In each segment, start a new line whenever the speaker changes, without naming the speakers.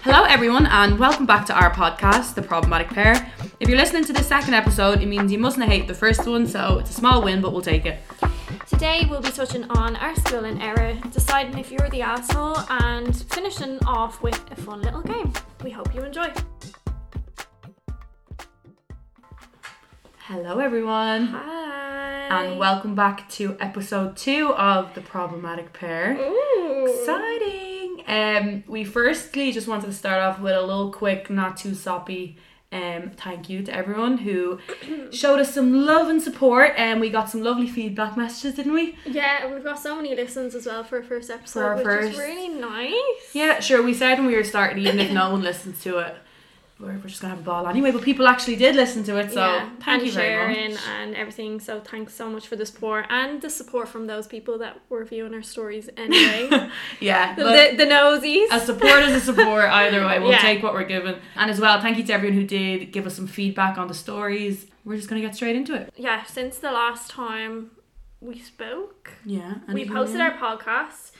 Hello, everyone, and welcome back to our podcast, The Problematic Pair. If you're listening to this second episode, it means you mustn't hate the first one, so it's a small win, but we'll take it.
Today we'll be touching on our school and error, deciding if you're the asshole, and finishing off with a fun little game. We hope you enjoy.
Hello, everyone,
Hi.
and welcome back to episode two of The Problematic Pair. Exciting! Um, we firstly just wanted to start off with a little quick, not too soppy. Um, thank you to everyone who showed us some love and support, and we got some lovely feedback messages, didn't we?
Yeah, we've got so many listens as well for our first episode,
our
which
first.
is really nice.
Yeah, sure. We said when we were starting, even if no one listens to it, we're, we're just gonna have a ball anyway. But people actually did listen to it, so
yeah,
thank
and
you very
sharing
much.
and everything. So thanks so much for the support and the support from those people that were viewing our stories anyway.
Yeah,
the,
but
the, the nosies.
a support is a support either way. We'll
Yeah.
take what we're given. And as well, thank you to everyone who did give us some feedback on the stories. We're just gonna get straight into it.
yeah, since the last time we spoke,
Yeah,
we
anything
posted
else?
our podcast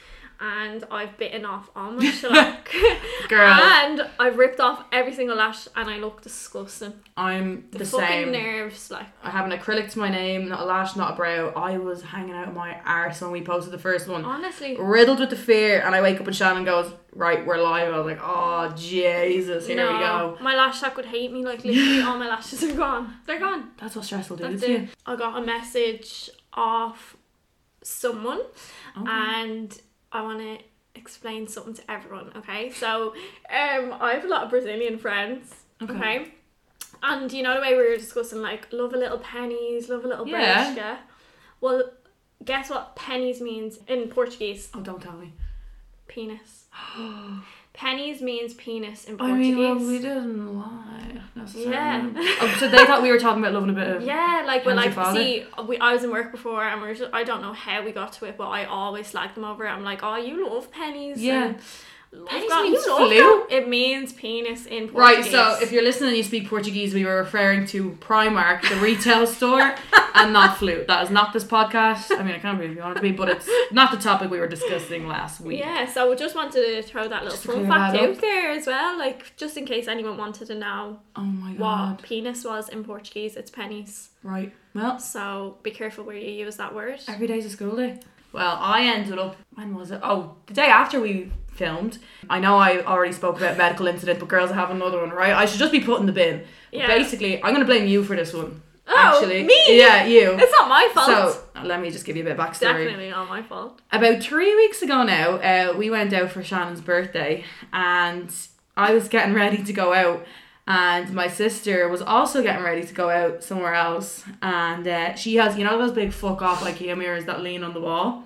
and I've bitten off all my shellac.
Girl.
And I've ripped off every single lash and I look disgusting.
I'm the,
The, fucking
same.
nerves, like.
I have an acrylic to my name, not a lash, not a brow. I was hanging out of my arse when we posted the first one.
Honestly.
riddled with the fear, and I wake up and Shannon goes, "Right, we're live." I was like, "Oh Jesus, here
no,
we go."
My lash shack would hate me, like literally all my lashes are gone. They're gone.
That's what stress will do
That's
to you.
it. I got a message off someone
Oh,
and I wanna explain something to everyone, okay? So um I have a lot of Brazilian friends.
Okay.
Okay. And you know the way we were discussing like love a little pennies, love a little
Yeah.
yeah. Well, guess what pennies means in Portuguese?
Oh, don't tell me.
Penis. pennies means penis in
I
Portuguese.
mean, well, we didn't lie necessarily.
Yeah.
oh, so they thought we were talking about loving a bit of.
Yeah, like we're
How's
like
your father?
see, we I was in work before and we are just, I don't know how we got to it, but I always slag them over. I'm like, oh, you love pennies.
Yeah.
and
Pennies
"Love God, you
means
love
flu."
that." It means penis in
Right,
Portuguese.
so if you're listening and you speak Portuguese, we were referring to Primark, the retail store, and not flute. That is not this podcast. I mean, I can't believe you want it to be, but it's not the topic we were discussing last week.
yeah, so we just wanted to throw that little
Just to
fun
clear
fact
that up.
out there as well, like just in case anyone wanted to know
Oh my
what
god.
penis was in Portuguese. It's pennies,
Right. Well,
so be careful where you use that word.
Every day's a school day. Well, I ended up. When was it? Oh, the day after we filmed. I know I already spoke about medical incident, but girls, I have another one, right? I should just be put in the bin. But
Yeah.
Basically, I'm gonna blame you for this one.
Oh,
actually.
me?
Yeah, you.
It's not my fault.
So let me just give you a bit of backstory.
Definitely not my fault.
About three weeks ago now, uh, we went out for Shannon's birthday, and I was getting ready to go out, and my sister was also getting ready to go out somewhere else, and uh, she has you know those big fuck off IKEA mirrors that lean on the wall.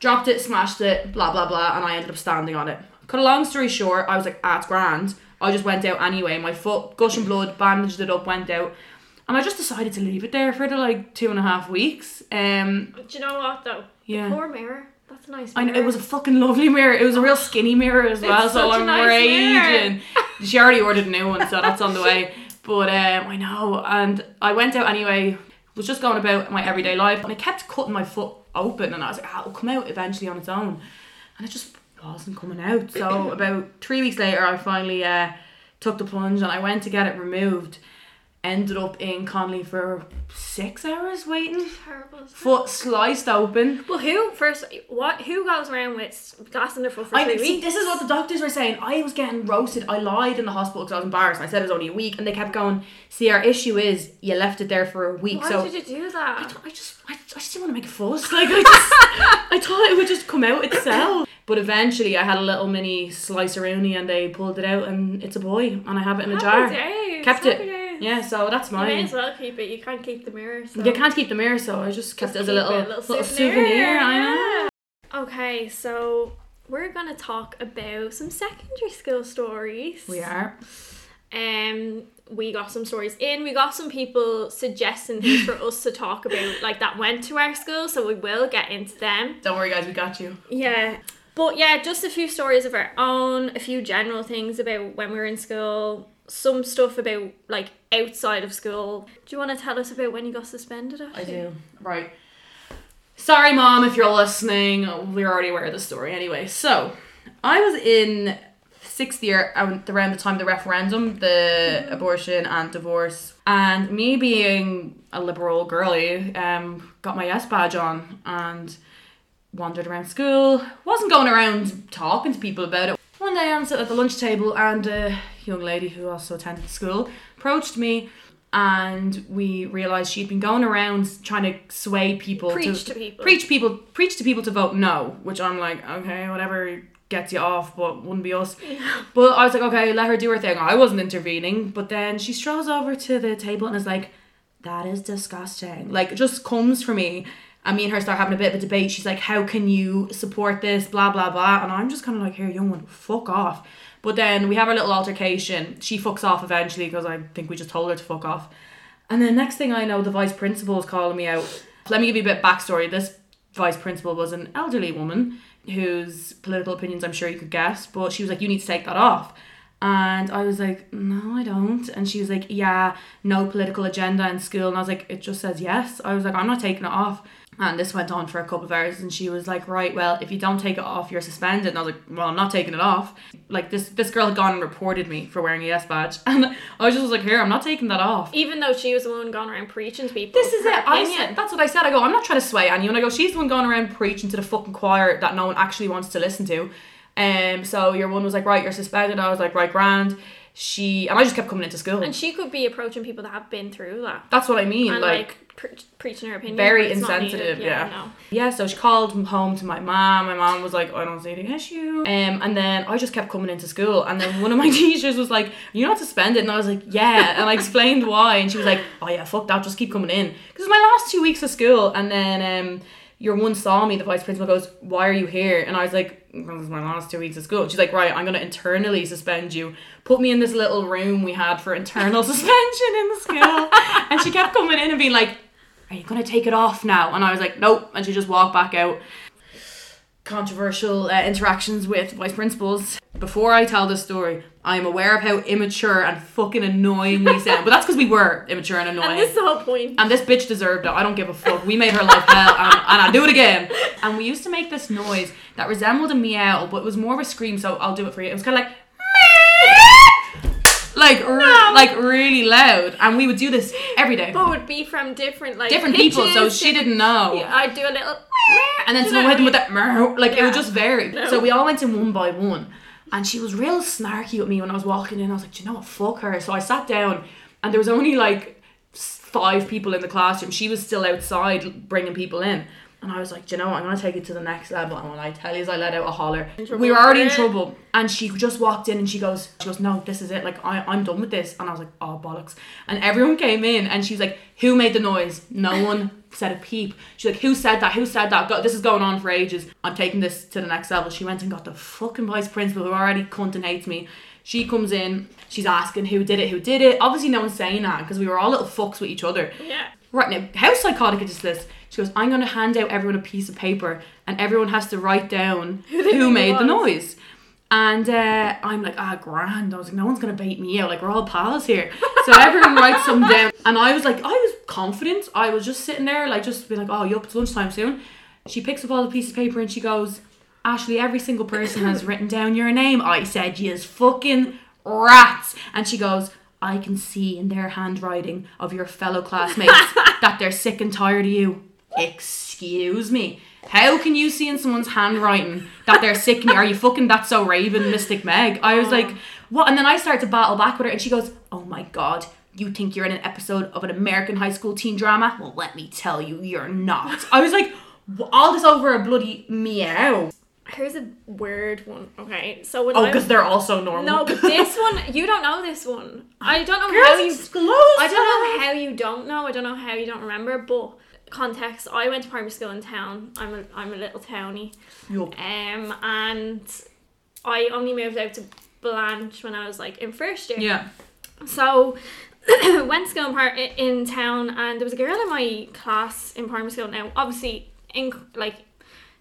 Dropped it, smashed it, blah blah blah, and I ended up standing on it. Cut a long story short, I was like, ah, it's grand. I just went out anyway. My foot, gushing blood, bandaged it up, went out, and I just decided to leave it there for the, like two and a half weeks. Um,
But you know what though?
yeah.
Poor mirror. That's a nice.
I
Mirror.
know, it was a fucking lovely mirror. It was a real skinny mirror as well,
It's
so
such a
I'm
nice
raging. she already ordered a new one, so that's on the way. But um, I know, and I went out anyway. Was just going about my everyday life, and I kept cutting my foot open, and I was like, ah, "It'll come out eventually on its own," and it just wasn't coming out. So about three weeks later, I finally uh, took the plunge, and I went to get it removed. Ended up in Conley for six hours waiting.
terrible.
Foot sliced open.
Well, who first? What? Who goes around with glass in their foot for
I
three
see.
weeks?
This is what the doctors were saying. I was getting roasted. I lied in the hospital because I was embarrassed. I said it was only a week, and they kept going. See, our issue is you left it there for a week.
Why
so
did you do
I,
that?
don't- I just, I, I just didn't want to make a fuss. Like I just, I thought it would just come out itself. But eventually, I had a little mini sliceroonie, and they pulled it out, and it's a boy, and I have it in a jar.
Happy days,
Kept
happy
it.
days.
Yeah, so that's
You may as
mine.
well keep it. You can't keep the mirror. So.
You can't keep the mirror, so I just kept it as
Just
a
keep
little,
it,
little, souvenir. I know.
yeah. Okay, so we're gonna talk about some secondary school stories.
We are.
Um, we got some stories in. We got some people suggesting things for us to talk about, like that went to our school. So we will get into them.
Don't worry, guys. We got you.
Yeah. But yeah, just a few stories of our own, a few general things about when we were in school, some stuff about like outside of school. Do you want to tell us about when you got suspended? Actually?
I do. Right. Sorry, mom, if you're listening. We're already aware of the story anyway. So, I was in sixth year, um, around the time of the referendum, the abortion and divorce. And me being a liberal girly, um, got my yes badge on and wandered around school. Wasn't going around talking to people about it. One day I'm sitting at the lunch table and a young lady who also attended the school approached me and we realized she'd been going around trying to sway people
Preach to people.
preach people preach to people to vote no which i'm like okay whatever gets you off but wouldn't be us but i was like okay let her do her thing i wasn't intervening but then she strolls over to the table and is like that is disgusting like it just comes for me and me and her start having a bit of a debate she's like how can you support this blah blah blah and i'm just kind of like here young one fuck off but then we have our little altercation she fucks off eventually because i think we just told her to fuck off and then next thing I know, the vice principal is calling me out. Let me give you a bit of backstory. This vice principal was an elderly woman whose political opinions I'm sure you could guess, but she was like, You need to take that off. And I was like, No, I don't. And she was like, Yeah, no political agenda in school. And I was like, It just says yes. I was like, I'm not taking it off. And this went on for a couple of hours, and she was like, "Right, well, if you don't take it off, you're suspended." And I was like, "Well, I'm not taking it off." Like this, this girl had gone and reported me for wearing a yes badge, and I was just like, "Here, I'm not taking that off."
Even though she was the one going around preaching to people.
This is
her
it. I
opinion.
said, that's what I said. I go, I'm not trying to sway anyone. I go, she's the one going around preaching to the fucking choir that no one actually wants to listen to. Um, so your one was like, right, you're suspended. I was like, right, grand. She and I just kept coming into school.
and she could be approaching people that have been through that.
that's what I mean.
and
like,
like, pre- preaching her opinion.
very
where it's not
insensitive.
needed.
Yeah.
no.
Yeah, so she called m- home to my mom. My mom was like, "Oh, I don't see the issue. Um, and then I just kept coming into school. And then one of my teachers was like, You're not suspended. And I was like, Yeah. And I explained why. And she was like, Oh, yeah, fuck that. Just keep coming in. Because it's my last two weeks of school. And then um, your one saw me, the vice principal goes, Why are you here? And I was like, this is my last two weeks of school. She's like, right, I'm gonna internally suspend you. Put me in this little room we had for internal suspension in the school. and she kept coming in and being like, are you gonna take it off now? And I was like, nope. And she just walked back out. Controversial uh, interactions with vice principals. Before I tell this story, I am aware of how immature and fucking annoying we sound, but that's because we were immature and annoying.
And this is the whole point.
And this bitch deserved it. I don't give a fuck. We made her life hell, and, and I do it again. And we used to make this noise that resembled a meow, but it was more of a scream. So I'll do it for you. It was kind of like, "Meow," like, re- like really loud. And we would do this every day.
but would be from different like
Different people, so
pitches,
she didn't know.
different- I'd do a little.
And then
You
someone
know
hit them with
what
that meow. Like it would
Yeah.
just vary.
No.
So we all went in one by one. And she was real snarky with me when I was walking in. I was like, do you know what? Fuck her. So I sat down and there was only like s- five people in the classroom. She was still outside bringing people in. And I was like, do you know what? I'm going to take it to the next level. And when I tell you, I let out a holler.
trouble
We were already in
for it.
trouble. And she just walked in and she goes, she goes, no, this is it. Like, I, I'm done with this. And I was like, oh, bollocks. And everyone came in and she's like, who made the noise? No one said a peep. She's like, who said that? Who said that? Go, this is going on for ages. I'm taking this to the next level. She went and got the fucking vice principal who already cunt and hates me. She comes in, she's asking who did it, who did it. Obviously, no one's saying that because we were all little fucks with each other.
Yeah.
Right now, how psychotic is this? She goes, I'm going to hand out everyone a piece of paper and everyone has to write down
they
who
think
made the
it was.
noise. And uh, I'm like, ah, grand. I was like, no one's going to bait me out. Like, we're all pals here. So everyone writes some down. And I was like, I was confident. I was just sitting there, like, just being like, oh, yup, it's lunchtime soon. She picks up all the pieces of paper and she goes, Ashley, every single person has written down your name. I said, you fucking rats. And she goes, I can see in their handwriting of your fellow classmates that they're sick and tired of you. Excuse me. How can you see in someone's handwriting that they're sick? of Me? Are you fucking that's so Raven, Mystic Meg? I was like, what? And then I start to battle back with her, and she goes, "Oh my god, you think you're in an episode of an American high school teen drama? Well, let me tell you, you're not." I was like, "Wh- all this over a bloody meow.
Here's a weird one. Okay, so when
Oh,
I
because they're also normal.
no, but this one you don't know this one. I don't know how
Girls,
you
it's close.
I don't know how you don't know. I don't know how you don't remember. But context: I went to primary school in town. I'm a I'm a little townie.
Yup.
Um, and I only moved out to Blanche when I was like in first year.
Yeah.
So went to school in, par- in town, and there was a girl in my class in primary school. Now, obviously, in like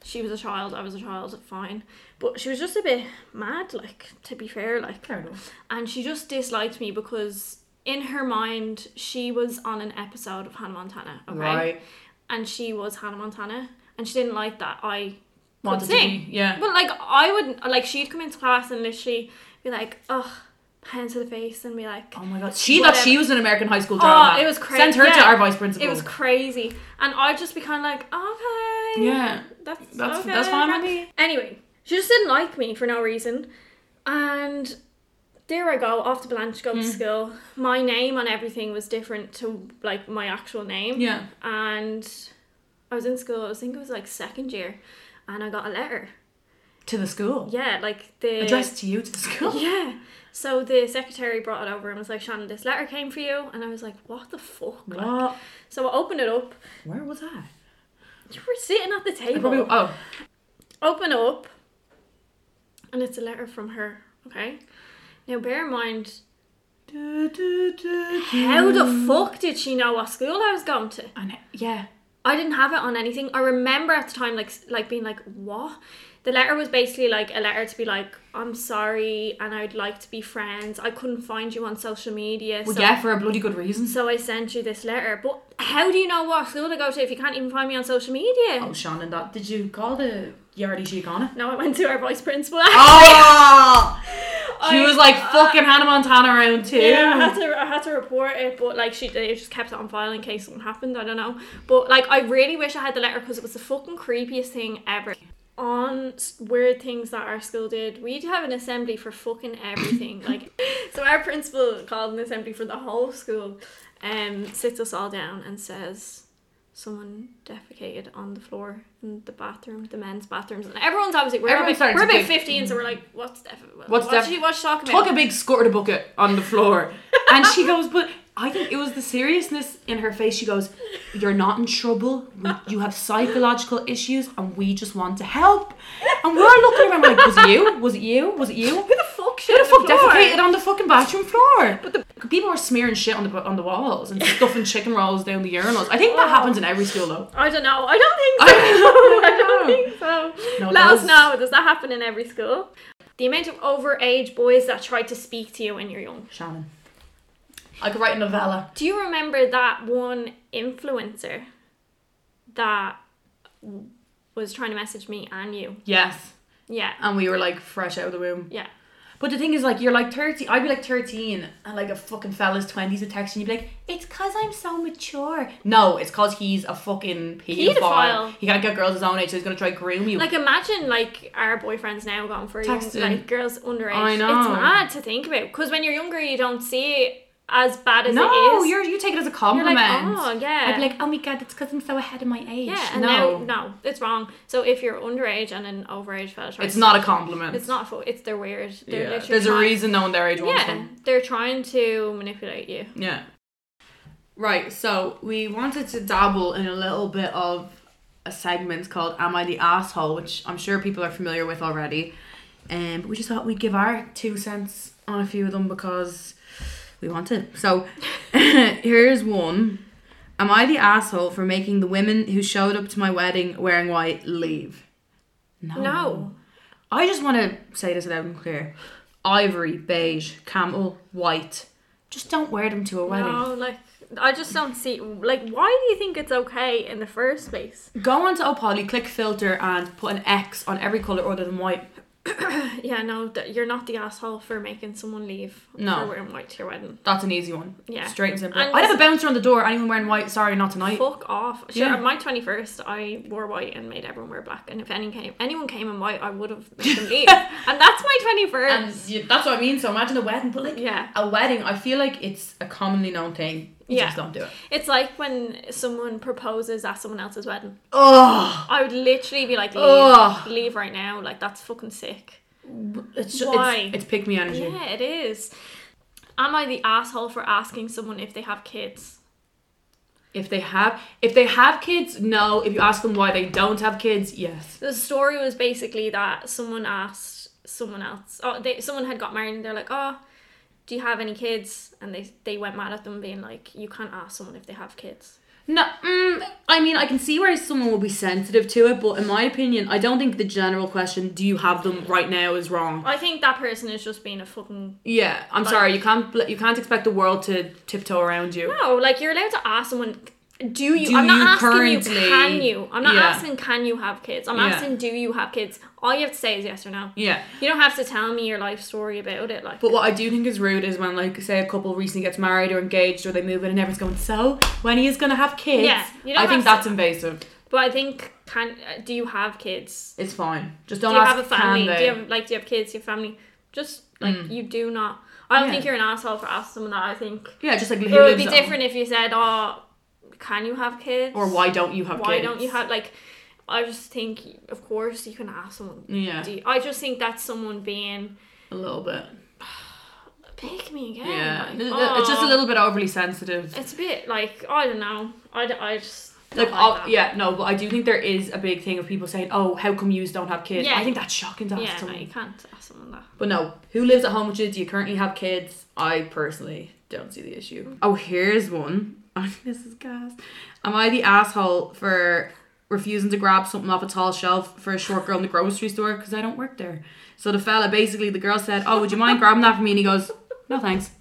she was a child, I was a child, fine, but she was just a bit mad. Like to be fair, like
Fair enough.
and she just disliked me because in her mind she was on an episode of Hannah Montana, okay,
Right.
and she was Hannah Montana, and she didn't like that. I
Wanted
could
to be-
sing.
Yeah.
But like I would like she'd come into class and literally be be like, oh, hand to the face, and be like,
Oh my god, she thought
Whatever.
she was an American high school
Oh,
drama.
it was cra-
Send her to
yeah.
our vice principal.
it was crazy, and I'd just be kind of like, okay,
yeah.
that's
That's-
okay,
that's fine with
Brandy. Anyway, she just didn't like me for no reason, and there I go off to Blanche
Mm.
go to school. My name on everything was different to like my actual name,
Yeah.
and I was in school. I think it was like second year, and I got a letter.
To the school.
Yeah, like the
Addressed to you to the school.
Yeah. So the secretary brought it over and was like, Shannon, this letter came for you. And I was like, what the fuck? Like,
What?
so I opened it up.
Where was I?
You were sitting at the
I
table.
probably, oh,
Open up. And it's a letter from her, okay? Now bear in mind, how the
Hmm.
fuck did she know what school I was going to?
And yeah,
I didn't have it on anything. I remember at the time, like like being like, what? The letter was basically like a letter to be like, I'm sorry, and I'd like to be friends. I couldn't find you on social media.
well,
so
yeah, for a bloody good reason.
So I sent you this letter, but how do you know what school to go to if you can't even find me on social media?
Oh, Sean, and that did you call the Yardy Shikana?
No, I went to our vice principal.
Oh, she
I-
was like
uh,
fucking Hannah Montana around too.
Yeah, I had to I had to report it, but like she they just kept it on file in case something happened. I don't know, but like I really wish I had the letter because it was the fucking creepiest thing ever. On s- weird things that our school did, we'd have an assembly for fucking everything. like, so our principal called an assembly for the whole school, and sits us all down and says. Someone defecated on the floor in the bathroom, the men's bathrooms, and everyone's obviously we're
Everyone's
about,
starting
we're
to
about
dig.
fifteen, so we're like, what's def- what's
What's
what's,
def-
she, what's she talking about?
Took a big squirt bucket on the floor, and she goes, "But I think it was the seriousness in her face." She goes, "You're not in trouble. We- You have psychological issues, and we just want to help." And we're looking around like, "Was it you? Was it you? Was it you?"
Who the fuck shit
Who the fuck
on the floor?
defecated on the fucking bathroom floor? But the people were smearing shit on the on the walls and stuffing chicken rolls down the urinals. I think that
Oh.
happens in every school though.
I don't know. I don't think
I
so.
don't know.
I don't think so.
No,
Let
that
us
was-
know. Does that happen in every school? The amount of overage boys that try to speak to you when you're young.
Shannon, I could write a novella.
Do you remember that one influencer that w- was trying to message me and you?
Yes,
Yeah.
and we were like fresh out of the womb.
Yeah.
But the thing is, like, you're like 30, I'd be like 13, and like a fucking fella's 20s would text you, and you'd be like, it's because I'm so mature. No, it's because he's a fucking pedophile.
Pedophile.
He can't get girls his own age, so he's gonna try groom you.
Like imagine like our boyfriends now going for young,
Texting.
like girls underage.
I
It's
know.
mad to think about because when you're younger you don't see it as bad as it
no,
is.
you're, you take it as a
You're
compliment.
like oh yeah.
I'd be like, oh my god, it's because I'm so ahead of my age.
Yeah, and
no,
now no, it's wrong. So if you're underage and an overage fella tries,
it's not a compliment.
It's not. Fo- it's they're weird. They're
Yeah.
literally
There's a
trying-
reason no one their age wants
Yeah,
them.
they're trying to manipulate you.
Yeah. Right, so we wanted to dabble in a little bit of a segment called Am I the Asshole, which I'm sure people are familiar with already. Um, but we just thought we'd give our two cents on a few of them because we want to. So here's one. Am I the asshole for making the women who showed up to my wedding wearing white leave?
No,
I just want to say this loud and clear. Ivory, beige, camel, white. Just don't wear them to a wedding.
no, like I just don't see. Like, why do you think it's okay in the first place?
Go onto Opoly, click filter, and put an X on every colour other than white.
Yeah, no, that you're not the asshole for making someone leave
No.
for wearing white to your wedding.
That's an easy one.
Yeah.
Straight and simple.
And
I'd have a bouncer on the door, anyone wearing white, sorry, not tonight.
Fuck off. Sure,
Yeah.
on my 21st, I wore white and made everyone wear black. And if any came, anyone came in white, I would have made them leave. and that's my 21st.
And you- that's what I mean, so imagine a wedding, but like
Yeah.
a wedding, I feel like it's a commonly known thing. You
Yeah.
just don't do it.
It's like when someone proposes at someone else's wedding.
Oh,
I would literally be like, leave,
Ugh.
leave right now. Like, that's fucking sick.
it's just,
Why?
It's, it's pick me energy.
Yeah, it is. Am I the asshole for asking someone if they have kids?
If they have, if they have kids, no. If you ask them why they don't have kids, yes.
The story was basically that someone asked someone else, oh, they, someone had got married and they're like, oh, do you have any kids? And they, they went mad at them, being like, you can't ask someone if they have kids.
No, mm, I mean, I can see where someone will be sensitive to it, but in my opinion, I don't think the general question, do you have them right now, is wrong.
I think that person is just being a fucking
Yeah, I'm sorry, you can't bl- you can't expect the world to tiptoe around you.
No, like you're allowed to ask someone, do you?
Do
I'm
you
not asking you.
currently-
Can you? I'm not
Yeah.
asking. Can you have kids? I'm
Yeah.
asking. Do you have kids? All you have to say is yes or no.
Yeah.
You don't have to tell me your life story about it. Like,
But what I do think is rude is when, like, say a couple recently gets married or engaged or they move in and everyone's going, so when are you going to have kids?
Yeah, you don't
I think
have to-
that's invasive.
but I think can uh, do you have kids?
It's fine. Just
Do
don't
you
ask
have a
Can
family? Do
they? Mm.
you have like do you have kids? Do you have family? Just like you do not. I don't
Yeah.
think you're an asshole for asking someone that. I think
yeah, just like who
it would be
lives at-
different if you said, "Oh, can you have kids?"
Or why don't you have
Why
kids?
don't you have like? I just think, of course, you can ask someone.
Yeah,
Do you- I just think that's someone being
a little bit.
pick me again.
Yeah,
like,
Th- th- it's just a
aw.
little bit overly sensitive.
It's a bit like I don't know. I, d- I just
Like,
not
oh,
that.
yeah, no, but I do think there is a big thing of people saying, "Oh, how come yous don't have kids?"
Yeah.
I think that's shocking to ask
yeah. No,
someone.
you can't ask someone that.
But no, who lives at home with you? Do you currently have kids? I personally don't see the issue. Oh, here's one. this is gas. Am I the asshole for refusing to grab something off a tall shelf for a short girl in the grocery store because I don't work there? So the fella basically, the girl said, "Oh, would you mind grabbing that for me?" And he goes, "No, thanks."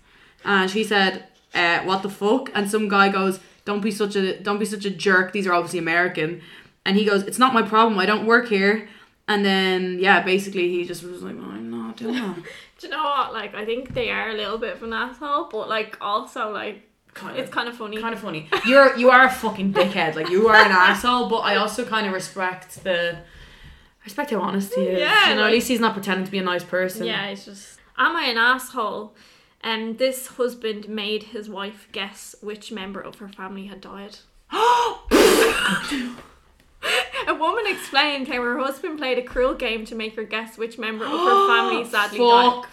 And she said, uh, "What the fuck?" And some guy goes, "Don't be such a don't be such a jerk." These are obviously American, and he goes, "It's not my problem. I don't work here." And then yeah, basically he just was like, "I'm not doing that."
Do you know what? Like I think they are a little bit of an asshole, but like also like
Kind
it's
of.
kind of funny.
Kind of funny. You're you are a fucking dickhead. Like you are an asshole, but I also kind of respect the I respect how honest he is.
Yeah,
you know,
like-
at least he's not pretending to be a nice person.
yeah, it's just am I an asshole? And this husband made his wife guess which member of her family had died. A woman explained how her husband played a cruel game to make her guess which member of her family sadly died.
Fuck.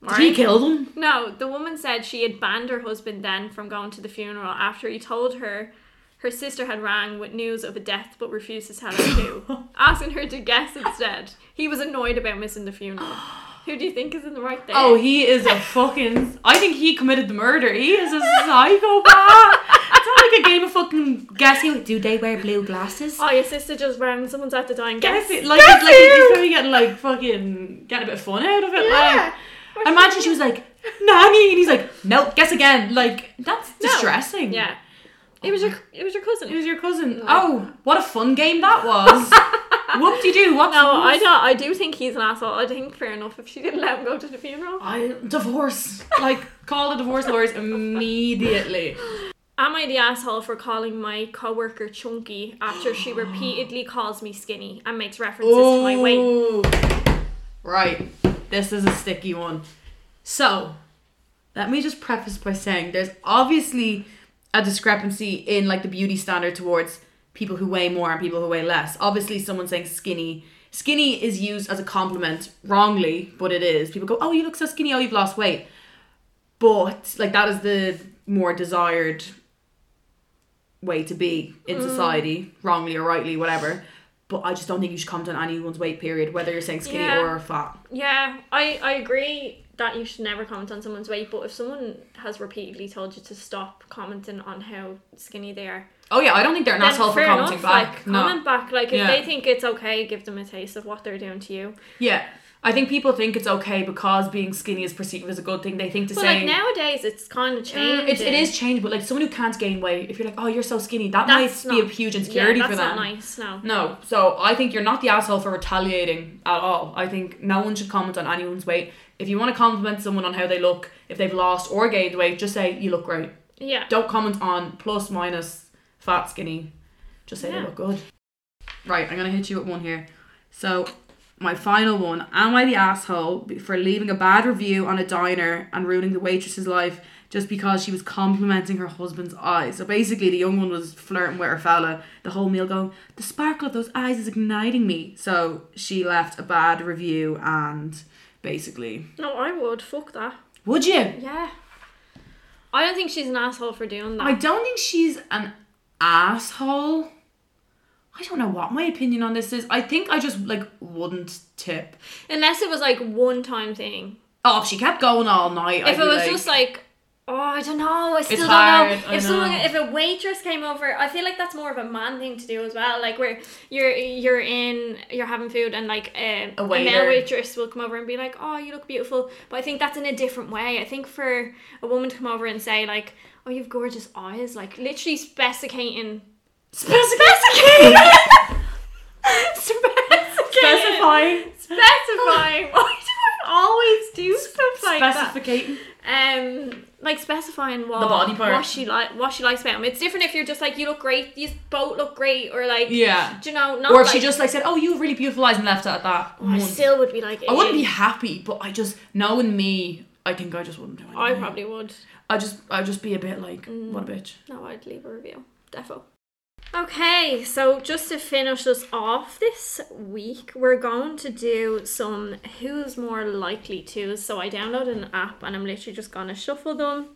Did he
Right?
kill them?
No, the woman said she had banned her husband then from going to the funeral after he told her her sister had rang with news of a death but refused to tell her who, asking her to guess instead. He was annoyed about missing the funeral. Who do you think is in the right there?
Oh, he is a fucking. I think he committed the murder. He is a psychopath. it's not like a game of fucking guessing. Like, do they wear blue glasses?
Oh, your sister just rang. Someone's at the dying guess.
Guess it. Like, it's like he's probably getting like fucking getting a bit of fun out of it. Like,
yeah.
Imagine she was like, Nanny, and he's like, No, guess again. Like, that's
No.
distressing.
Yeah. It was your it was your cousin.
It was your cousin.
No.
Oh, what a fun game that was. Whoop de doo, what
No, I do I do think he's an asshole. I think fair enough if she didn't let him go to the funeral.
I divorce. Like, call the divorce lawyers immediately.
Am I the asshole for calling my coworker chunky after she repeatedly calls me skinny and makes references to my weight?
Ooh. Right. This is a sticky one. So, let me just preface by saying there's obviously a discrepancy in like the beauty standard towards people who weigh more and people who weigh less. Obviously, someone saying skinny, skinny is used as a compliment wrongly, but it is. People go, "Oh, you look so skinny. Oh, you've lost weight." But like that is the more desired way to be in
Mm.
society, wrongly or rightly, whatever. But I just don't think you should comment on anyone's weight period, whether you're saying skinny
Yeah.
or fat.
Yeah, I, I agree that you should never comment on someone's weight, but if someone has repeatedly told you to stop commenting on how skinny they are,
Oh yeah, I don't think they're an
then
asshole for
fair
commenting
enough,
back.
Like,
no.
comment back. Like if
Yeah.
they think it's okay, give them a taste of what they're doing to you.
Yeah. I think people think it's okay because being skinny is perceived as a good thing. They think to
But
say
like nowadays, it's kind of changed.
Mm, it's, it is changed, but like someone who can't gain weight, if you're like, oh, you're so skinny, that
That's
might be a
not-
huge insecurity
yeah, that's
for them.
not nice. No.
No, so I think you're not the asshole for retaliating at all. I think no one should comment on anyone's weight. If you want to compliment someone on how they look, if they've lost or gained weight, just say you look great.
Yeah.
Don't comment on plus, minus, fat, skinny. Just say
Yeah.
they look good. Right, I'm gonna hit you with one here. So, my final one: Am I the asshole for leaving a bad review on a diner and ruining the waitress's life just because she was complimenting her husband's eyes? So basically, the young one was flirting with her fella the whole meal, going, "The sparkle of those eyes is igniting me." So she left a bad review and basically,
No, I would fuck that.
would you?
Yeah. I don't think she's an asshole for doing that.
I don't think she's an asshole. I don't know what my opinion on this is. I think I just like wouldn't tip.
Unless it was like one time thing.
Oh, if she kept going all night,
If
I'd
it
be
was
like,
just like Oh, I don't know. I still don't
hard,
know.
I
If someone,
know.
if a waitress came over, I feel like that's more of a man thing to do as well. Like where you're you're in, you're having food, and like um,
A
a
waiter.
male waitress will come over and be like, "Oh, you look beautiful." But I think that's in a different way. I think for a woman to come over and say like, "Oh, you've gorgeous eyes," like literally specificating, specificating, specifying,
Specifying.
specifying. Why do I always do stuff like that?
Specificating.
um like specifying what
The body part.
what she like what she likes about him. It's different if you're just like you look great, you both look great, or like
Yeah.
do you know not
Or if
like,
she just like said, "Oh, you have really beautiful eyes," and left it at that.
I still would be like eh,
I wouldn't be
"Ew."
happy, but I just knowing me, I think I just wouldn't do it.
I probably would.
I just I'd just be a bit like
Mm.
what a bitch.
No, I'd leave a review. Defo. Okay, so just to finish us off this week, we're going to do some who's more likely to. So I downloaded an app and I'm literally just going to shuffle them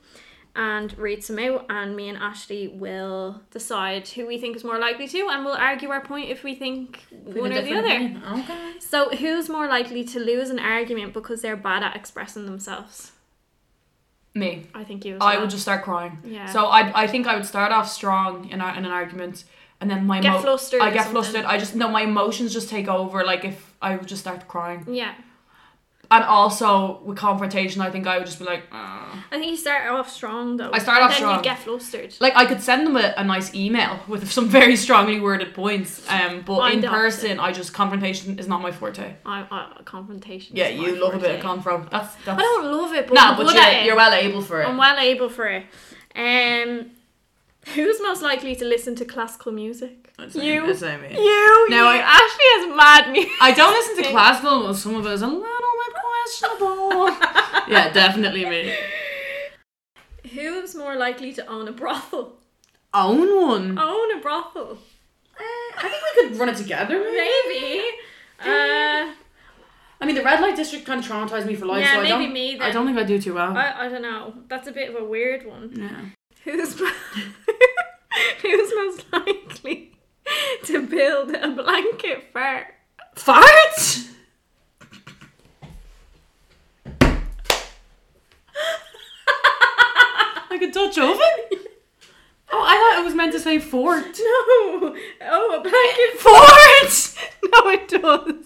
and read some out, and me and Ashley will decide who we think is more likely to, and we'll argue our point if we think one or the other.
Okay.
So, who's more likely to lose an argument because they're bad at expressing themselves?
Me.
I think you. As
I
well.
would just start crying.
Yeah.
So I I think I would start off strong in, a, in an argument, and then my
Get
emo-
flustered
I
or
get
something.
flustered. I just no, my emotions just take over. Like if I would just start crying,
Yeah.
and also with confrontation, I think I would just be like, "Ah." "Ugh."
I think you start off strong though.
I start
and
off
then
strong.
you get flustered.
like I could send them a, a nice email with some very strongly worded points. Um, but
I'm
in
the opposite.
person, I just confrontation is not my forte.
I, I, confrontation.
Yeah,
is my
you love a bit of
forte.
confront. That's that's.
I don't love it, but
Nah,
I'm
but
good
you're,
at it.
you're well able for it.
I'm well able for it. Um, who's most likely to listen to classical music? You. You.
Now
you.
I-
Ashley has mad music.
I don't listen to classical, but some of it is a little bit questionable. yeah, definitely me.
Who's more likely to own a brothel?
Own
Uh,
one.
Own a brothel.
I think we could run it together, maybe.
Maybe. Uh,
I mean, the red light district kind of traumatized me for life,
yeah,
so I
maybe
don't.
me Uh, then.
I don't think I do too well.
I, I don't know. That's a bit of a weird one.
yeah.
Who's who's most likely to build a blanket fort?
Fart? like a Dutch oven? Oh, I thought it was meant to say fort.
No. Oh, a blanket
Fort!
fort. No, it does.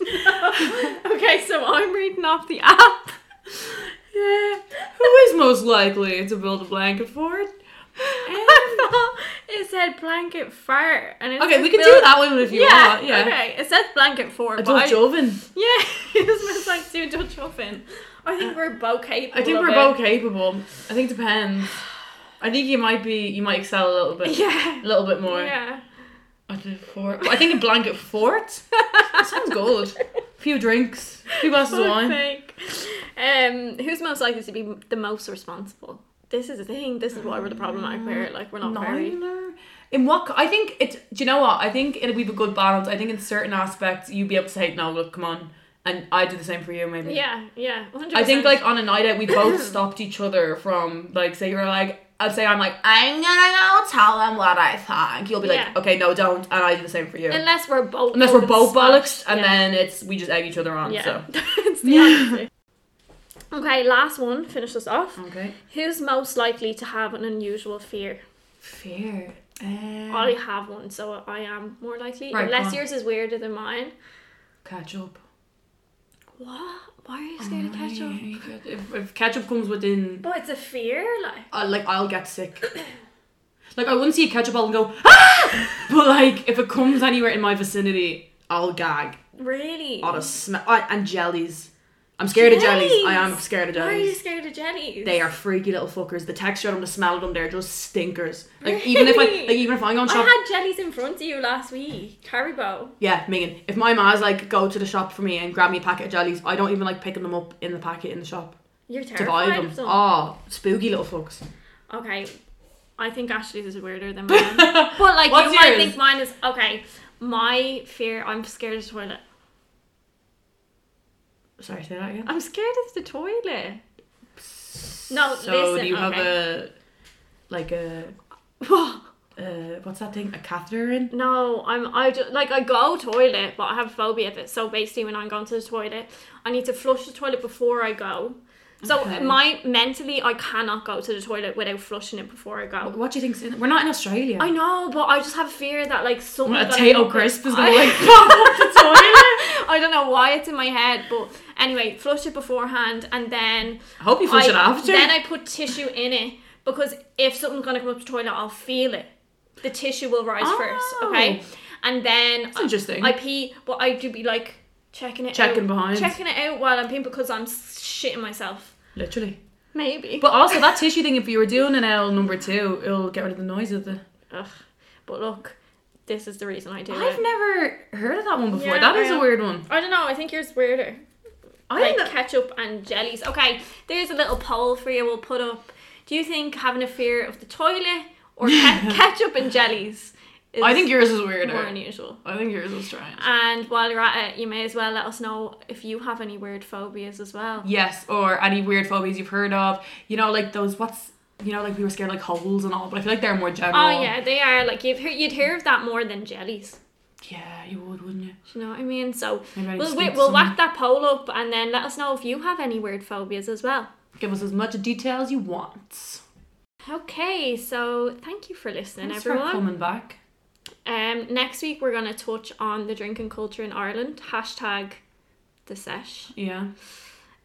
No. Okay, so I'm reading off the app.
Yeah. Who is most likely to build a blanket fort?
I thought it said blanket fort, and it
Okay,
said
we can do
build-
that one if you
yeah,
want. Yeah.
Okay, it says blanket fort.
A
but I-
Dutch oven.
Yeah, it's most like to do a Dutch oven. I think we're both capable.
I think
of
we're
it.
both capable. I think it depends. I think you might be you might excel a little bit.
Yeah.
A little bit more.
Yeah.
I did four. I think a blanket fort. that sounds good. A few drinks, a few glasses of
Fuck's
wine.
sake. Um, who's most likely to be the most responsible? This is the thing. This is why we're the problematic pair. Like we're not very.
Neither. In what co- I think it. Do you know what I think? It'll be a good balance. I think in certain aspects you'd be able to say, "No, look, come on," and I do the same for you, maybe.
Yeah, yeah. 100%.
I think like on a night out we both stopped each other from like say you're like I'd say I'm like I'm gonna go tell them what I think. You'll be like
Yeah.
okay no don't and I do the same for you.
unless we're both
Unless we're
fucking
both bollocks
smashed.
and
Yeah.
then it's we just egg each other on.
yeah,
So
it's the opposite. Okay, last one. Finish us off.
okay.
Who's most likely to have an unusual fear?
Fear.
I have one, so I am more likely.
Right, go
Unless
on.
yours is weirder than mine.
catch up.
What? Why are you scared of ketchup?
If, if ketchup comes within,
But it's a fear, like.
I like I'll get sick. like I wouldn't see a ketchup bottle and go ah, but like if it comes anywhere in my vicinity, I'll gag.
Really?
Oh, the smell. I- and jellies. I'm scared of jellies. I am
Jellies!
scared of
Why are you
jellies.
scared of jellies?
They are freaky little fuckers. The texture of them, the smell of them, they're just stinkers. Like even if I,
Really?
like even if I'm going
I
shop,
had jellies in front of you last week. Haribo.
yeah, Megan. If my ma's like go to the shop for me and grab me a packet of jellies, I don't even like picking them up in the packet in the shop
You're
to buy
terrified
them.
of them.
Oh, spooky little fucks.
Oh.
Okay. I think Ashley's is weirder than mine. but like
What's
you might
yours?
think mine is okay. My fear I'm scared of the toilet.
Sorry, say that again.
I'm scared of the toilet. No,
so
listen,
do you have
okay.
a like a uh, what's that thing? A catheter in?
No, I'm I just, like I go toilet, but I have phobia of it. So basically, when I'm going to the toilet, I need to flush the toilet before I go. So
Okay.
my mentally, I cannot go to the toilet without flushing it before I go.
What do you think's in it? We're not in Australia.
I know, but I just have fear that like something.
a
gonna
Tato
happen.
crisp is
I-
gonna like pop up the toilet.
I don't know why it's in my head, but anyway, flush it beforehand and then
I hope you flush
I,
it after.
Then I put tissue in it because if something's gonna come up the toilet, I'll feel it. The tissue will rise first,
Oh.
okay? And then
That's interesting.
I pee, but I do be like checking it,
Checking
out,
behind.
checking it out while I'm peeing because I'm shitting myself.
Literally.
Maybe,
But also that tissue thing, if you were doing an L number two, it'll get rid of the noise of the.
Ugh. But look, this is the reason I do
I've
it.
never heard of that one before.
Yeah,
that is
I-
a weird one.
I don't know. I think yours weirder.
I
like
think that
ketchup and jellies. Okay, there's a little poll for you. We'll put up. Do you think having a fear of the toilet or ke- ketchup and jellies? Is
I think yours is
more
weirder.
unusual.
I think yours is strange.
And while you're at it, you may as well let us know if you have any weird phobias as well.
Yes, or any weird phobias you've heard of. You know, like those what's you know, like we were scared of, like holes and all, but I feel like they're more general.
Oh yeah, they are like you've heard, you'd hear of that more than jellies.
Yeah, you would, wouldn't you?
Do you know what I mean? So
Maybe I
we'll
just
we,
think
we'll
someone-
whack that poll up and then let us know if you have any weird phobias as well.
Give us as much detail as you want.
Okay, so thank you for listening,
Thanks for
everyone.
coming back.
Um, next week we're gonna touch on the drinking culture in Ireland. Hashtag the sesh.
Yeah.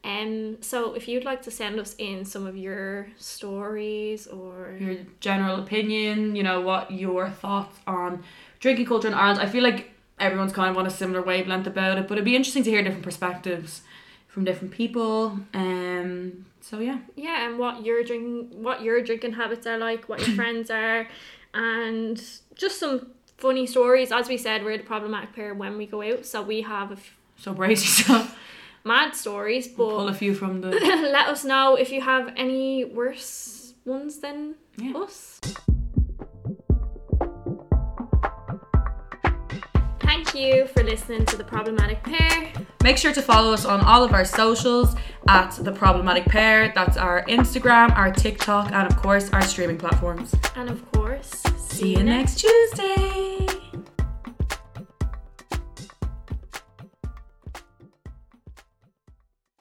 Um, so if you'd like to send us in some of your stories or
Your general opinion, you know, what your thoughts on drinking culture in Ireland. I feel like everyone's kind of on a similar wavelength about it, but it'd be interesting to hear different perspectives from different people. Um so yeah.
yeah, and what your drinking what your drinking habits are like, what your friends are, and just some funny stories. As we said, we're the problematic pair when we go out, so we have a f-
So brace yourself.
mad stories.
Pull
But
a few from the
let us know if you have any worse ones than
Yeah.
us. Thank you for listening to The Problematic Pair.
Make sure to follow us on all of our socials at The Problematic Pair. That's our Instagram, our TikTok, and of course, our streaming platforms.
And of course,
See you next Tuesday.